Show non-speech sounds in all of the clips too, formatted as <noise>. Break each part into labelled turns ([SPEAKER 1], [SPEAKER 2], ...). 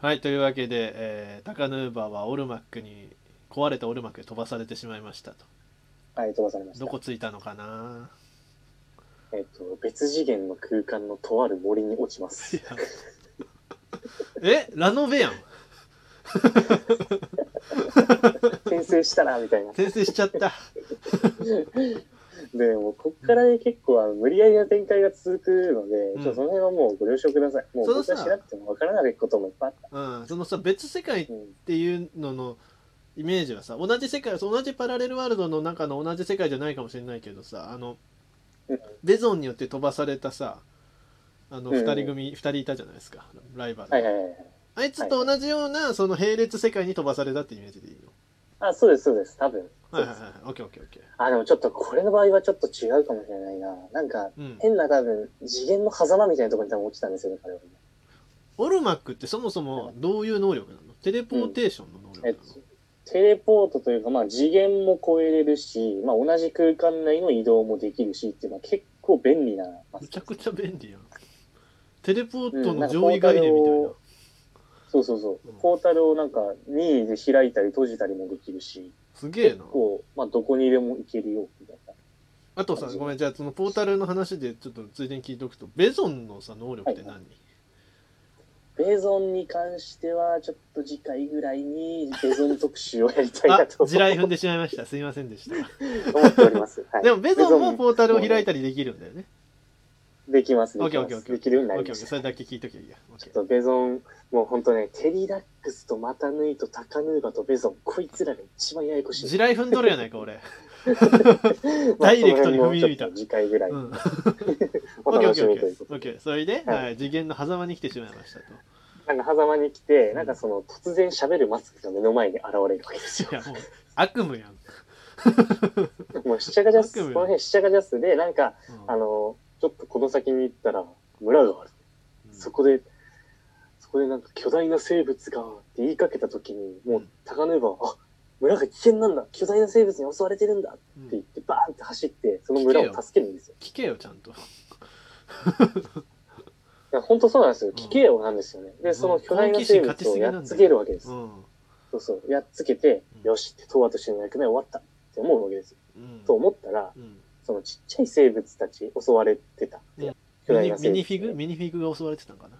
[SPEAKER 1] はい、というわけで、えータカヌーバーはオルマックに、壊れたオルマックで飛ばされてしまいましたと。
[SPEAKER 2] はい、飛ばされました。
[SPEAKER 1] どこついたのかな
[SPEAKER 2] えっ、と、別次元の空間のとある森に落ちま
[SPEAKER 1] い
[SPEAKER 2] す。
[SPEAKER 1] やえラノベやん
[SPEAKER 2] 転生したら、みたいな。
[SPEAKER 1] 転生しちゃった。
[SPEAKER 2] で、もうこっからね、結構あの無理やりな展開が続くので、
[SPEAKER 1] うん
[SPEAKER 2] ちょっとその辺はもうご了承ください。もう
[SPEAKER 1] その
[SPEAKER 2] 僕
[SPEAKER 1] さ
[SPEAKER 2] はしなくてもわからないこともいっぱいあった。
[SPEAKER 1] うん、そのさ、別世界っ
[SPEAKER 2] うん
[SPEAKER 1] ていうののイメージはさ、同じ世界、同じパラレルワールドの中の同じ世界じゃないかもしれないけどさ、あの
[SPEAKER 2] うん、
[SPEAKER 1] ベゾンによって飛ばされたさ、あの、
[SPEAKER 2] うん
[SPEAKER 1] 二人組、二人いたじゃないですか、ライバル。
[SPEAKER 2] はいはいはいはい。
[SPEAKER 1] あいつと同じような、その並列世界に飛ばされたってイメージでいいの
[SPEAKER 2] あ、そうです、そうです。多分。
[SPEAKER 1] は
[SPEAKER 2] そ
[SPEAKER 1] いうはい
[SPEAKER 2] です。
[SPEAKER 1] はい。オッケーオッケーオッケー。
[SPEAKER 2] あ、でもちょっとこれの場合はちょっと違うかもしれないな。なんか、
[SPEAKER 1] うん。
[SPEAKER 2] 変な多分、次元の狭間みたいなところに多分落ちたんですよね、彼は。
[SPEAKER 1] オルマックってそもそもどういう能力なのテレポーテーションの能力
[SPEAKER 2] え
[SPEAKER 1] な
[SPEAKER 2] っ
[SPEAKER 1] の
[SPEAKER 2] と、テレポートというか、まあ、次元も超えれるし、まあ、同じ空間内の移動もできるしっていう、まあ、結構便利なマ
[SPEAKER 1] め
[SPEAKER 2] ス
[SPEAKER 1] ち
[SPEAKER 2] ク
[SPEAKER 1] ゃくちゃ便利やん。テレポートの上位概念みたいな。。
[SPEAKER 2] そうそうそううんポータルをなんか、任意で開いたり閉じたりもできるし、
[SPEAKER 1] すげえ
[SPEAKER 2] 結
[SPEAKER 1] な。
[SPEAKER 2] 構、まあ、どこにでも行けるよ、みたいな。
[SPEAKER 1] あとさ、ごめん、じゃあそのポータルの話でちょっとついでに聞いておくと、ベゾンのさ、能力って何、
[SPEAKER 2] ベゾンに関しては、ちょっと次回ぐらいに、ベゾン特集をやりたいな
[SPEAKER 1] あ、
[SPEAKER 2] と
[SPEAKER 1] 地雷踏んでしまいました。すいませんでした。
[SPEAKER 2] 思っております。はい、
[SPEAKER 1] でも、ベゾンもポータルを開いたりできるんだよね。
[SPEAKER 2] できます、
[SPEAKER 1] オッ
[SPEAKER 2] で
[SPEAKER 1] ケ
[SPEAKER 2] き
[SPEAKER 1] ーオッケーオ
[SPEAKER 2] ま
[SPEAKER 1] ッ
[SPEAKER 2] す。
[SPEAKER 1] ケー。
[SPEAKER 2] できるようにな
[SPEAKER 1] オッ
[SPEAKER 2] り
[SPEAKER 1] ケーオ
[SPEAKER 2] ま
[SPEAKER 1] ッケ
[SPEAKER 2] し
[SPEAKER 1] ー。
[SPEAKER 2] た
[SPEAKER 1] そ。れだけ聞いときゃいいや。オッ
[SPEAKER 2] ち
[SPEAKER 1] ケ
[SPEAKER 2] ょっ
[SPEAKER 1] ー
[SPEAKER 2] とベゾン、もう本当ね、テリダックスとマタヌイとタカヌーバとベゾン、こいつらが一番ややこし
[SPEAKER 1] 地
[SPEAKER 2] い。
[SPEAKER 1] 雷踏んどるやないか、俺。ダイレクトに踏み抜いた
[SPEAKER 2] まあその辺もちょっと次回ぐらい、
[SPEAKER 1] うん。オ
[SPEAKER 2] お
[SPEAKER 1] ッケーオ
[SPEAKER 2] 楽
[SPEAKER 1] ッケ
[SPEAKER 2] し
[SPEAKER 1] ーオ
[SPEAKER 2] み
[SPEAKER 1] ッケ
[SPEAKER 2] と
[SPEAKER 1] ー
[SPEAKER 2] いうこ。
[SPEAKER 1] オ
[SPEAKER 2] と
[SPEAKER 1] ッケ
[SPEAKER 2] で。
[SPEAKER 1] ー。それで、
[SPEAKER 2] はい
[SPEAKER 1] はい、次元の狭間に来てしまいました
[SPEAKER 2] <laughs>
[SPEAKER 1] と。
[SPEAKER 2] なんか、狭間に来て、なんかその、突然喋るマスクが目の前に現れるわけですよ
[SPEAKER 1] い。やもう悪夢やん、
[SPEAKER 2] もう、しちゃがジャス、
[SPEAKER 1] 悪夢
[SPEAKER 2] この辺しちゃがジャスで、なんか、
[SPEAKER 1] うん
[SPEAKER 2] あの、ちょっとこの先に行ったら、村がある。
[SPEAKER 1] うん
[SPEAKER 2] そこで、そこでなんか巨大な生物がって言いかけた時に、も
[SPEAKER 1] う
[SPEAKER 2] うん高野は、あ、村が危険なんだ巨大な生物に襲われてるんだって
[SPEAKER 1] うん
[SPEAKER 2] 言って、バーンって走って、その村を助けるんですよ。
[SPEAKER 1] 聞けよちゃんと
[SPEAKER 2] いや本当そうなんですよ。
[SPEAKER 1] ん
[SPEAKER 2] 危険王なんですよね。
[SPEAKER 1] う
[SPEAKER 2] で、
[SPEAKER 1] ん
[SPEAKER 2] その巨大な生物をやっつけるわけです
[SPEAKER 1] う。ん、
[SPEAKER 2] そうそう。やっつけて
[SPEAKER 1] う、ん
[SPEAKER 2] よし、東亜としての役目終わったって思うわけですよ。
[SPEAKER 1] うん
[SPEAKER 2] と思ったら、
[SPEAKER 1] うん
[SPEAKER 2] そのちっちゃい生物たち襲われてた。
[SPEAKER 1] うん
[SPEAKER 2] 巨
[SPEAKER 1] ミニ
[SPEAKER 2] 大な
[SPEAKER 1] ミ
[SPEAKER 2] 生物
[SPEAKER 1] ニフィグミニフィグが襲われてたんかな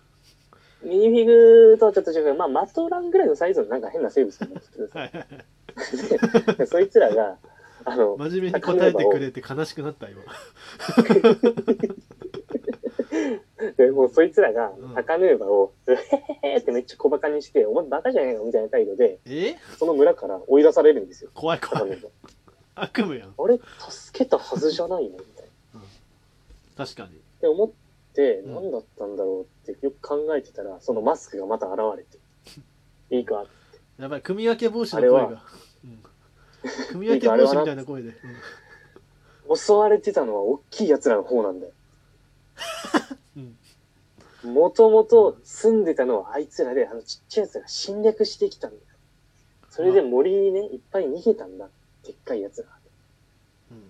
[SPEAKER 1] <laughs>
[SPEAKER 2] ミニフィグとはちょっと違うけど、まあ、マトランぐらいのサイズのなんか変な生物がいますけど
[SPEAKER 1] はいはいはい <laughs>
[SPEAKER 2] でそいつらが、あの、
[SPEAKER 1] 真面目に答えてくれて悲しくなった
[SPEAKER 2] <laughs>
[SPEAKER 1] 今
[SPEAKER 2] でもうそいつらが
[SPEAKER 1] うん、
[SPEAKER 2] タカヌーバを、へへへってめっちゃ小馬鹿にして、お前バカじゃねえのみたいな態度で、
[SPEAKER 1] え
[SPEAKER 2] その村から追い出されるんで
[SPEAKER 1] <laughs>
[SPEAKER 2] すよ、
[SPEAKER 1] 怖い
[SPEAKER 2] タカ
[SPEAKER 1] 怖
[SPEAKER 2] <laughs> ヌ
[SPEAKER 1] い
[SPEAKER 2] ーバ。
[SPEAKER 1] 悪夢やん
[SPEAKER 2] あれ、助けたはずじゃないのみたいな。
[SPEAKER 1] 確かに
[SPEAKER 2] で、思って、
[SPEAKER 1] うん
[SPEAKER 2] 何だったんだろうってよく考えてたら、そのマスクがまた現れて、いいか、
[SPEAKER 1] やばい組み分け防止の
[SPEAKER 2] あれは
[SPEAKER 1] 声が、うん、組み分け防止みたいな声で、
[SPEAKER 2] 襲われてたのは大きい奴らの方なんだよ。
[SPEAKER 1] <laughs> うんうん
[SPEAKER 2] もともと住んでたのはあいつらで、あのちっちゃい奴らが侵略してきたんだよ。それで森にね、いっぱい逃げたんだ。でっかい奴ら。
[SPEAKER 1] うん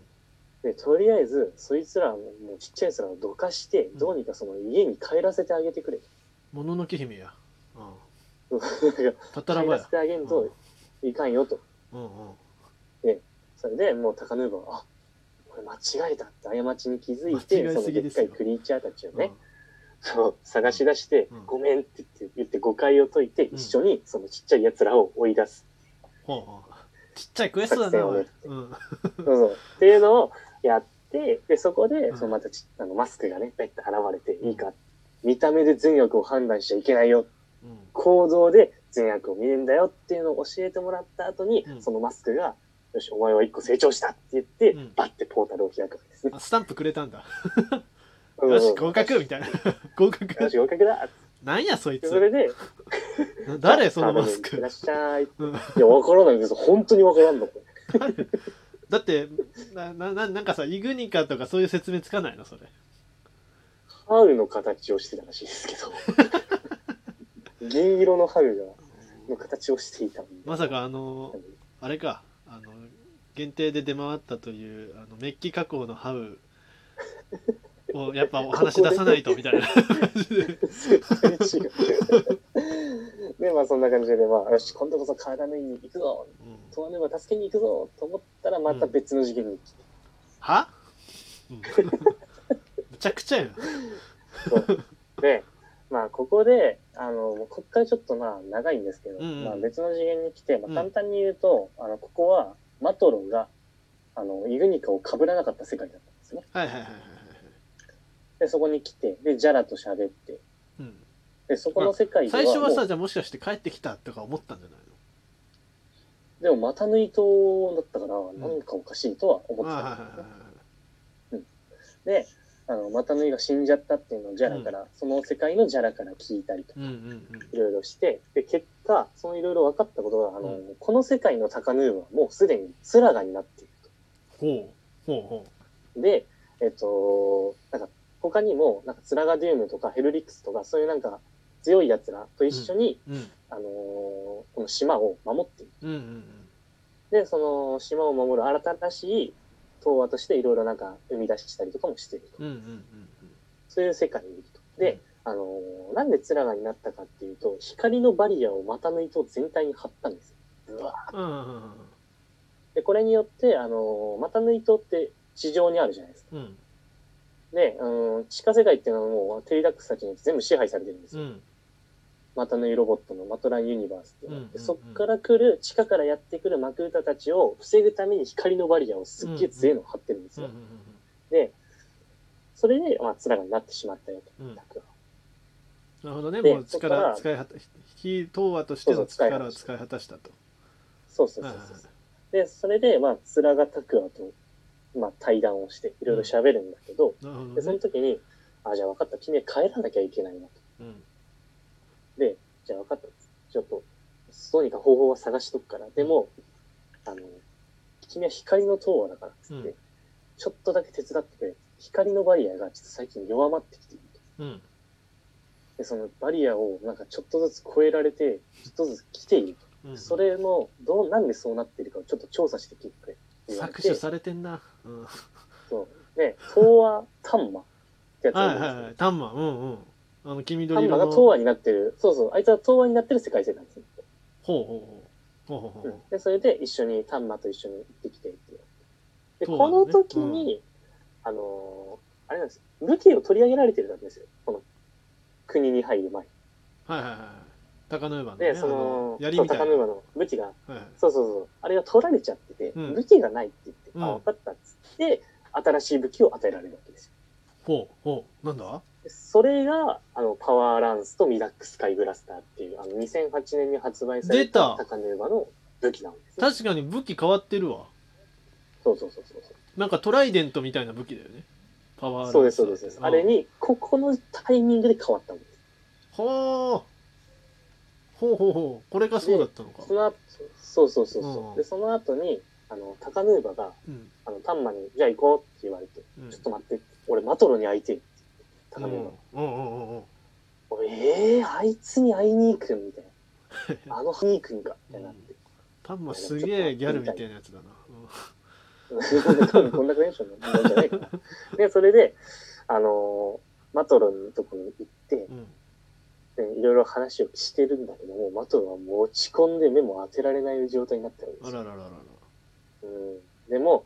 [SPEAKER 2] で、とりあえず、そいつら、もうちっちゃい奴らをどかして、
[SPEAKER 1] ん
[SPEAKER 2] どうにかその家に帰らせてあげてくれ。
[SPEAKER 1] もののけ姫や、うん、たったら
[SPEAKER 2] 帰
[SPEAKER 1] ば
[SPEAKER 2] らせ
[SPEAKER 1] や
[SPEAKER 2] てあげんといかんよと。
[SPEAKER 1] うんうん
[SPEAKER 2] それで、もう高ヌーバーは、あ、これ間違えたって過ちに気づい
[SPEAKER 1] 間
[SPEAKER 2] て、
[SPEAKER 1] 違
[SPEAKER 2] そ
[SPEAKER 1] え
[SPEAKER 2] の
[SPEAKER 1] す
[SPEAKER 2] で
[SPEAKER 1] ぎで
[SPEAKER 2] っ
[SPEAKER 1] す
[SPEAKER 2] か
[SPEAKER 1] よ
[SPEAKER 2] いクリーチャーたちを
[SPEAKER 1] うん
[SPEAKER 2] ね、そう探し出して、
[SPEAKER 1] うん
[SPEAKER 2] ごめんって言って、言って誤解を解いて、
[SPEAKER 1] ん
[SPEAKER 2] 一緒にそのちっちゃい奴らを追い出す。
[SPEAKER 1] ほうほうちっちゃいクエストだなおい、うん、
[SPEAKER 2] そうそう。っていうのをやって、で、そこで
[SPEAKER 1] う、ん
[SPEAKER 2] そのまたち、あの、マスクがね、ペッて現れて、いいか。見た目で善悪を判断しちゃいけないよ。
[SPEAKER 1] うん
[SPEAKER 2] 行動で善悪を見えんだよっていうのを教えてもらった後に、
[SPEAKER 1] うん
[SPEAKER 2] そのマスクが、よし、お前は一個成長したって言って、
[SPEAKER 1] うん
[SPEAKER 2] バッてポータルを開くわけですね。
[SPEAKER 1] あスタンプくれたんだ。
[SPEAKER 2] うん
[SPEAKER 1] よし、合格みたいな。合
[SPEAKER 2] よ
[SPEAKER 1] 格
[SPEAKER 2] し、合格だ
[SPEAKER 1] なんや、そい
[SPEAKER 2] で
[SPEAKER 1] つ。
[SPEAKER 2] それで、
[SPEAKER 1] な <laughs> 誰、そのマス
[SPEAKER 2] あい
[SPEAKER 1] ク
[SPEAKER 2] らっ。しゃい。い
[SPEAKER 1] うん
[SPEAKER 2] や、わからないです。本当にわからんの、これ。
[SPEAKER 1] だって、な、な、ななんかさ、イグニカとかそういう説明つかないの、それ。
[SPEAKER 2] ハウの形をしてたらしいですけ
[SPEAKER 1] <laughs>
[SPEAKER 2] ど。銀色のハウが、の形をしていた。
[SPEAKER 1] まさ
[SPEAKER 2] <laughs>
[SPEAKER 1] か、あの
[SPEAKER 2] う、ん
[SPEAKER 1] あれか、あの、限定で出回ったという、あの、メッキ加工のハウを、やっぱお話し出さないと、みたいな。
[SPEAKER 2] 絶対違う。で、んな感じで、まあ、よし、今度こそ体縫いに行くぞ
[SPEAKER 1] うん、
[SPEAKER 2] 問わねば助けに行くぞと思ったら、また別の事件に来て、
[SPEAKER 1] は、うん、むちゃくちゃやん <laughs>
[SPEAKER 2] で、まあ、ここで、あの、もうこっからちょっとまあ、長いんですけど、
[SPEAKER 1] うんうん
[SPEAKER 2] まあ、別の次元に来て、ま
[SPEAKER 1] うん
[SPEAKER 2] あ、簡単に言うと、あの、ここは、マトロが、あの、イグニカを被らなかった世界だったんですね。
[SPEAKER 1] はいはいはいはいはい
[SPEAKER 2] で、そこに来て、で、ジャラと喋って、
[SPEAKER 1] うん
[SPEAKER 2] で、そこの世界では
[SPEAKER 1] 最
[SPEAKER 2] もう、
[SPEAKER 1] 初はさじゃあもしかして帰ってきたとか思ったんじゃない
[SPEAKER 2] でも、また縫い島だったから、なんかおかしいとは思っ
[SPEAKER 1] の
[SPEAKER 2] て
[SPEAKER 1] あ
[SPEAKER 2] た
[SPEAKER 1] あはい
[SPEAKER 2] ん
[SPEAKER 1] は
[SPEAKER 2] で
[SPEAKER 1] い
[SPEAKER 2] す
[SPEAKER 1] はいは
[SPEAKER 2] ね
[SPEAKER 1] い
[SPEAKER 2] で、あの、またぬいが死んじゃったっていうのをジャラから、その世界のジャラから聞いたりとか、
[SPEAKER 1] うんうん
[SPEAKER 2] いろいろして、で、結果、そのいろいろ分かったことが、あの、
[SPEAKER 1] う
[SPEAKER 2] この世界のタカヌーはもうすでにスラガになっている
[SPEAKER 1] ほうほうほ
[SPEAKER 2] と。で、えっと、なんか、他にも、なんか、スラガデュームとかヘルリックスとか、そういうなんか、強い奴らと一緒に、
[SPEAKER 1] ううん
[SPEAKER 2] あのーこの島を守っている。
[SPEAKER 1] うんうん
[SPEAKER 2] で、その島を守る新しい東亜としていろいろなんか生み出したりとかもしている
[SPEAKER 1] う
[SPEAKER 2] と。
[SPEAKER 1] んうんうんうん
[SPEAKER 2] そういう世界にいると。で、あのーなんでツラガになったかっていうと、光のバリアをまたぬいと全体に貼ったんですよ。うわ
[SPEAKER 1] うんうんうん
[SPEAKER 2] で、これによって、あのー、またぬいとって地上にあるじゃないですか。
[SPEAKER 1] うん
[SPEAKER 2] で、うん、地下世界っていうのはもうテリダックスたちによって全部支配されてるんです
[SPEAKER 1] う
[SPEAKER 2] よ。
[SPEAKER 1] ん
[SPEAKER 2] またぬいロボットのマトランユニバースっていうのがあって
[SPEAKER 1] うんうんうん
[SPEAKER 2] そっから来る、地下からやってくるマクータたちを防ぐために光のバリアをすっげえ強いのを張ってるんです
[SPEAKER 1] うんう
[SPEAKER 2] よ。
[SPEAKER 1] ん
[SPEAKER 2] で、それで、まあ、ツラガになってしまったよと。
[SPEAKER 1] うんうんな
[SPEAKER 2] 拓は
[SPEAKER 1] るほどね
[SPEAKER 2] で
[SPEAKER 1] もう
[SPEAKER 2] そっか
[SPEAKER 1] 力
[SPEAKER 2] ら
[SPEAKER 1] 使い果た非東和としての力を使い果たしたと
[SPEAKER 2] そうそう
[SPEAKER 1] は
[SPEAKER 2] そ
[SPEAKER 1] いはい。
[SPEAKER 2] うそう
[SPEAKER 1] はい
[SPEAKER 2] で、それで、まあ、ツラガタクアと、まあ、対談をして、いろいろ喋るんだけど、
[SPEAKER 1] なるほ
[SPEAKER 2] で、
[SPEAKER 1] ど
[SPEAKER 2] そ
[SPEAKER 1] ね
[SPEAKER 2] の時に、あ、じゃあ分かった、君は帰らなきゃいけないなと。
[SPEAKER 1] うん
[SPEAKER 2] で、じゃあ分かった、ちょっと、どうにか方法は探しとくから、でも、あの、君は光の塔だから、つって、
[SPEAKER 1] うん
[SPEAKER 2] ちょっとだけ手伝ってくれ。光のバリアがちょっと最近弱まってきていると。
[SPEAKER 1] うん
[SPEAKER 2] で、そのバリアをなんかちょっとずつ超えられて、ちょっとずつ来ている。
[SPEAKER 1] うん
[SPEAKER 2] それの、どう、なんでそうなっているかをちょっと調査してきてくれ。言われ
[SPEAKER 1] 搾
[SPEAKER 2] て
[SPEAKER 1] 取されてんなうん
[SPEAKER 2] そう。で、東亜丹魔ってやつ
[SPEAKER 1] は
[SPEAKER 2] ないん
[SPEAKER 1] はいは
[SPEAKER 2] で
[SPEAKER 1] い、タンマ、うんうん。あの、黄
[SPEAKER 2] すよ。
[SPEAKER 1] 緑
[SPEAKER 2] 丹
[SPEAKER 1] 色
[SPEAKER 2] 魔
[SPEAKER 1] の。
[SPEAKER 2] が東亜になってる、そうそう、あいつは東亜になってる世界線なんですよ。
[SPEAKER 1] ほうほうほう。ほうほうほう。
[SPEAKER 2] で、それで一緒に、丹波と一緒に行ってきてっていう。で、
[SPEAKER 1] そう
[SPEAKER 2] この
[SPEAKER 1] だね
[SPEAKER 2] 時に、あのーあれなんですよ。武器を取り上げられてるんですよ。この国に入る前。
[SPEAKER 1] はいはいはい。高野馬のね、
[SPEAKER 2] で、
[SPEAKER 1] あ
[SPEAKER 2] その
[SPEAKER 1] の、、槍
[SPEAKER 2] そう
[SPEAKER 1] みたい
[SPEAKER 2] 高
[SPEAKER 1] な。
[SPEAKER 2] 野馬の武器が、
[SPEAKER 1] はいはい
[SPEAKER 2] そうそうそう、あれが取られちゃってて、
[SPEAKER 1] うん
[SPEAKER 2] 武器がないって言って、
[SPEAKER 1] うん
[SPEAKER 2] あ、分かったっつって、新しい武器を与えられるわけですよ。
[SPEAKER 1] ほうほう。なんだ
[SPEAKER 2] でそれが、あの、パワーランスとミラックスカイブラスターっていう、あの、2008年に発売された
[SPEAKER 1] 出た
[SPEAKER 2] 高野馬の武器なんですよ。
[SPEAKER 1] 確かに武器変わってるわ。
[SPEAKER 2] そうそうそうそうそう。
[SPEAKER 1] なんかトライデントみたいな武器だよね。パワー
[SPEAKER 2] そうです、そうです。
[SPEAKER 1] ランサー
[SPEAKER 2] あれ。に、ここのタイミングで変わったんです。
[SPEAKER 1] ほう。ほうほうほう。これがそうだったのか
[SPEAKER 2] そ。の後、そうそうそうそう。
[SPEAKER 1] うん
[SPEAKER 2] で、その後に、あの、タカヌーバが、
[SPEAKER 1] うん。
[SPEAKER 2] あの、タンマに、じゃあ行こうって言われて、
[SPEAKER 1] うん
[SPEAKER 2] ちょっと待ってって、俺マトロに会いてるって言って。タ
[SPEAKER 1] うんう
[SPEAKER 2] カヌー
[SPEAKER 1] ん
[SPEAKER 2] バが、
[SPEAKER 1] うんうんうん。
[SPEAKER 2] 俺、ええー、あいつに会いに行くんみたい
[SPEAKER 1] <laughs>
[SPEAKER 2] な。あのハニー君が、みたいになって。
[SPEAKER 1] タンマすげえギャルみたいなやつだな。
[SPEAKER 2] 多分こんなテンションなんじゃないかな。
[SPEAKER 1] <laughs>
[SPEAKER 2] で、それで、あのーマトロのとこに行って
[SPEAKER 1] う、ん。うん
[SPEAKER 2] でいろいろ話をしてるんだけども、マトロはもう落ち込んで目も当てられない状態になったわけで
[SPEAKER 1] あ
[SPEAKER 2] すよ
[SPEAKER 1] らららららら。
[SPEAKER 2] うん、でも、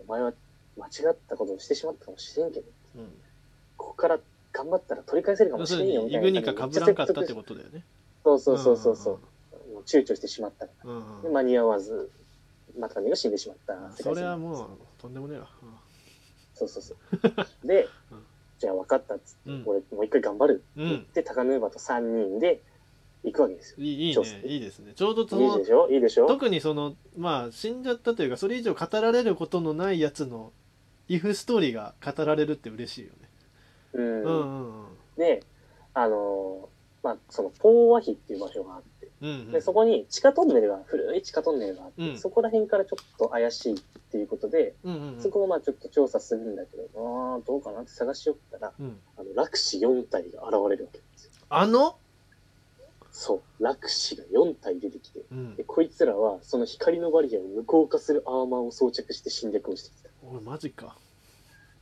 [SPEAKER 2] お前は間違ったことをしてしまったかもしれんけど、
[SPEAKER 1] うん。
[SPEAKER 2] ここから頑張ったら取り返せるかも
[SPEAKER 1] 要
[SPEAKER 2] し
[SPEAKER 1] す
[SPEAKER 2] れ
[SPEAKER 1] る
[SPEAKER 2] んよ
[SPEAKER 1] に、
[SPEAKER 2] み
[SPEAKER 1] イ
[SPEAKER 2] た
[SPEAKER 1] グ
[SPEAKER 2] い
[SPEAKER 1] ニ
[SPEAKER 2] な
[SPEAKER 1] カ
[SPEAKER 2] 感
[SPEAKER 1] 被
[SPEAKER 2] じで。
[SPEAKER 1] らんかったってことだよね。
[SPEAKER 2] <laughs> そうそうそうそうそう、もう躊躇してしまったか
[SPEAKER 1] うんうんうん。うんうん
[SPEAKER 2] ら
[SPEAKER 1] う
[SPEAKER 2] で
[SPEAKER 1] ん
[SPEAKER 2] 間に合わず、マタミが死んでしまった
[SPEAKER 1] あ。そ
[SPEAKER 2] 世界線
[SPEAKER 1] れはもうとんでもねえわ
[SPEAKER 2] そうそうそう。で
[SPEAKER 1] <laughs> うん、
[SPEAKER 2] じゃあ分かったっつって、
[SPEAKER 1] うん
[SPEAKER 2] 俺もう一回頑張るって
[SPEAKER 1] うん
[SPEAKER 2] 言って、高沼と3人で行くわけですよ。
[SPEAKER 1] いいいい
[SPEAKER 2] そうっ
[SPEAKER 1] ね
[SPEAKER 2] すね
[SPEAKER 1] いいですねちょうどそ
[SPEAKER 2] いい
[SPEAKER 1] の
[SPEAKER 2] でしょいいでしょ
[SPEAKER 1] 特にそのまあ死んじゃったというかそれ以上語られることのないやつのイフストーリーが語られるって嬉しいよね
[SPEAKER 2] う。
[SPEAKER 1] うんうんん
[SPEAKER 2] で、あのーまあ、その、ポーワヒっていう場所があって、
[SPEAKER 1] うんうん
[SPEAKER 2] で、そこに地下トンネルが、古い地下トンネルがあって、
[SPEAKER 1] うん
[SPEAKER 2] そこら辺からちょっと怪しいっていうことで、
[SPEAKER 1] うんうんうん
[SPEAKER 2] そこをまあちょっと調査するんだけど、ああ、どうかなって探しよったら、
[SPEAKER 1] うん
[SPEAKER 2] あの、ラクシ4体が現れるわけですよ。
[SPEAKER 1] あの
[SPEAKER 2] そう、ラクシが4体出てきて、
[SPEAKER 1] うん
[SPEAKER 2] で、こいつらはその光のバリアを無効化するアーマーを装着して侵略をしてきた。
[SPEAKER 1] おいマジか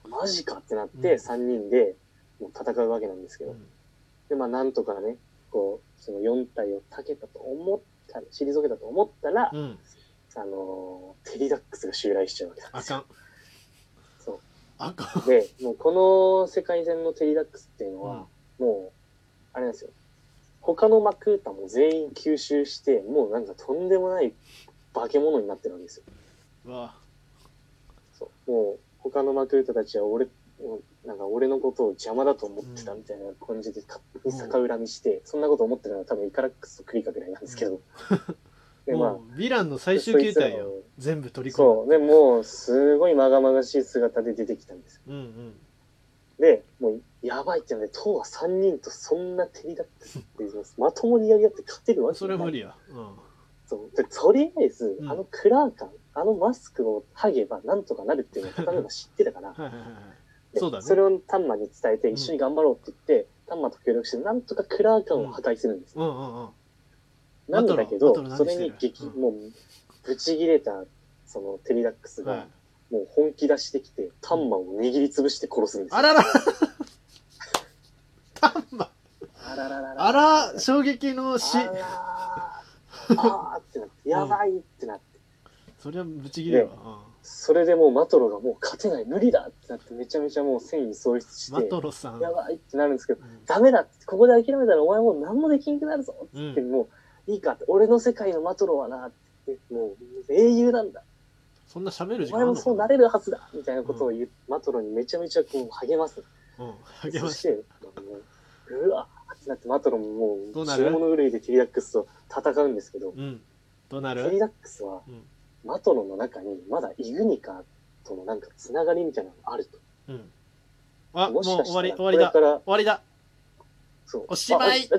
[SPEAKER 2] マジかってなっ
[SPEAKER 1] う
[SPEAKER 2] て、
[SPEAKER 1] ん
[SPEAKER 2] 3人でもう戦うわけなんですけ
[SPEAKER 1] う
[SPEAKER 2] ど、
[SPEAKER 1] ん
[SPEAKER 2] で、まあなんとかね、こう、その4体をたけたと思ったら、退けたと思ったら、
[SPEAKER 1] うん
[SPEAKER 2] あのーテリダックスが襲来しちゃうわけなんで
[SPEAKER 1] あ
[SPEAKER 2] す
[SPEAKER 1] か
[SPEAKER 2] よ。
[SPEAKER 1] ん
[SPEAKER 2] そ
[SPEAKER 1] あかん
[SPEAKER 2] う。で、もうこの世界線のテリダックスっていうの
[SPEAKER 1] うん
[SPEAKER 2] は、もう、あれなんですよ。他のマクータも全員吸収して、もうなんかとんでもない化け物になってるわけですよ。
[SPEAKER 1] うわ
[SPEAKER 2] そう。もう、他のマクータたちは俺、もうなんか俺のことを邪魔だと思ってたみたいな感じで勝手に逆恨みして、そんなこと思ってるのは多分イカラックスとクリカぐらいなんですけど。で、まあ
[SPEAKER 1] も、うヴィランの最終形態よ
[SPEAKER 2] そいつらを
[SPEAKER 1] 全部取り込
[SPEAKER 2] そう。で、もう、すごいまがまがしい姿で出てきたんですよ。
[SPEAKER 1] むうん
[SPEAKER 2] で、もう、やばいってので、党は3人とそんな照りだってっていうのを、まともにやり合って勝てる
[SPEAKER 1] う
[SPEAKER 2] わ
[SPEAKER 1] ん
[SPEAKER 2] け
[SPEAKER 1] それは無理
[SPEAKER 2] や。
[SPEAKER 1] やうん
[SPEAKER 2] そう。で、とりあえず、
[SPEAKER 1] うん
[SPEAKER 2] あのクラーカン、あのマスクを剥げばなんとかなるっていうのを片目が知ってたから、
[SPEAKER 1] はいはいはいはい
[SPEAKER 2] で
[SPEAKER 1] そうだね
[SPEAKER 2] それをタンマに伝えて、
[SPEAKER 1] うん
[SPEAKER 2] 一緒に頑張ろうって言って、タンマと協力して、なんとかクラーカンを破壊するんです。
[SPEAKER 1] うんうんうん
[SPEAKER 2] なんだけ
[SPEAKER 1] バトル
[SPEAKER 2] ど、
[SPEAKER 1] バト
[SPEAKER 2] そ
[SPEAKER 1] ル何
[SPEAKER 2] れ
[SPEAKER 1] してる
[SPEAKER 2] に激、
[SPEAKER 1] うん
[SPEAKER 2] もう、ぶち切れた、その、テリダックスが、
[SPEAKER 1] はい
[SPEAKER 2] もう本気出してきて、タンマを握りつぶして殺すんですよ。
[SPEAKER 1] あららタンマ
[SPEAKER 2] あらららら
[SPEAKER 1] あら衝撃の死
[SPEAKER 2] あらーあーってなって、やばいってなって、
[SPEAKER 1] そりゃぶち切れるわ
[SPEAKER 2] それでもうマトロがもう勝てない、無理だってなって、めちゃめちゃもう戦意喪失し
[SPEAKER 1] うんマ
[SPEAKER 2] て、
[SPEAKER 1] トロさん
[SPEAKER 2] やばいってなるんですけど、
[SPEAKER 1] うん
[SPEAKER 2] ダメだって、ここで諦めたらお前もう何もできんくなるぞ
[SPEAKER 1] う
[SPEAKER 2] って、
[SPEAKER 1] ん
[SPEAKER 2] もういいかって、俺の世界のマトロはなって、もう英雄なんだ、
[SPEAKER 1] そんな喋る
[SPEAKER 2] お
[SPEAKER 1] 時間あ
[SPEAKER 2] 前
[SPEAKER 1] ん
[SPEAKER 2] も
[SPEAKER 1] の
[SPEAKER 2] そうなれるはずだみたいなことを言う、マトロにめちゃめちゃこう励ます。
[SPEAKER 1] うん励
[SPEAKER 2] そ
[SPEAKER 1] ま
[SPEAKER 2] し、
[SPEAKER 1] して
[SPEAKER 2] もううわーってなって、マトロももう、
[SPEAKER 1] どうなる
[SPEAKER 2] 獣狂いでティリダックスと戦うんですけど、
[SPEAKER 1] うんどうな
[SPEAKER 2] テリ
[SPEAKER 1] る
[SPEAKER 2] ダックスは、
[SPEAKER 1] うん
[SPEAKER 2] マトロの中にまだイグニカとのなんかつながりみたいなのがあると。
[SPEAKER 1] うんあも
[SPEAKER 2] も
[SPEAKER 1] う
[SPEAKER 2] しか
[SPEAKER 1] 終
[SPEAKER 2] した
[SPEAKER 1] わ
[SPEAKER 2] ら
[SPEAKER 1] り終
[SPEAKER 2] こ
[SPEAKER 1] わり
[SPEAKER 2] れ
[SPEAKER 1] だ
[SPEAKER 2] か
[SPEAKER 1] 終
[SPEAKER 2] ら、
[SPEAKER 1] わりだ
[SPEAKER 2] そう
[SPEAKER 1] おしまい
[SPEAKER 2] ああ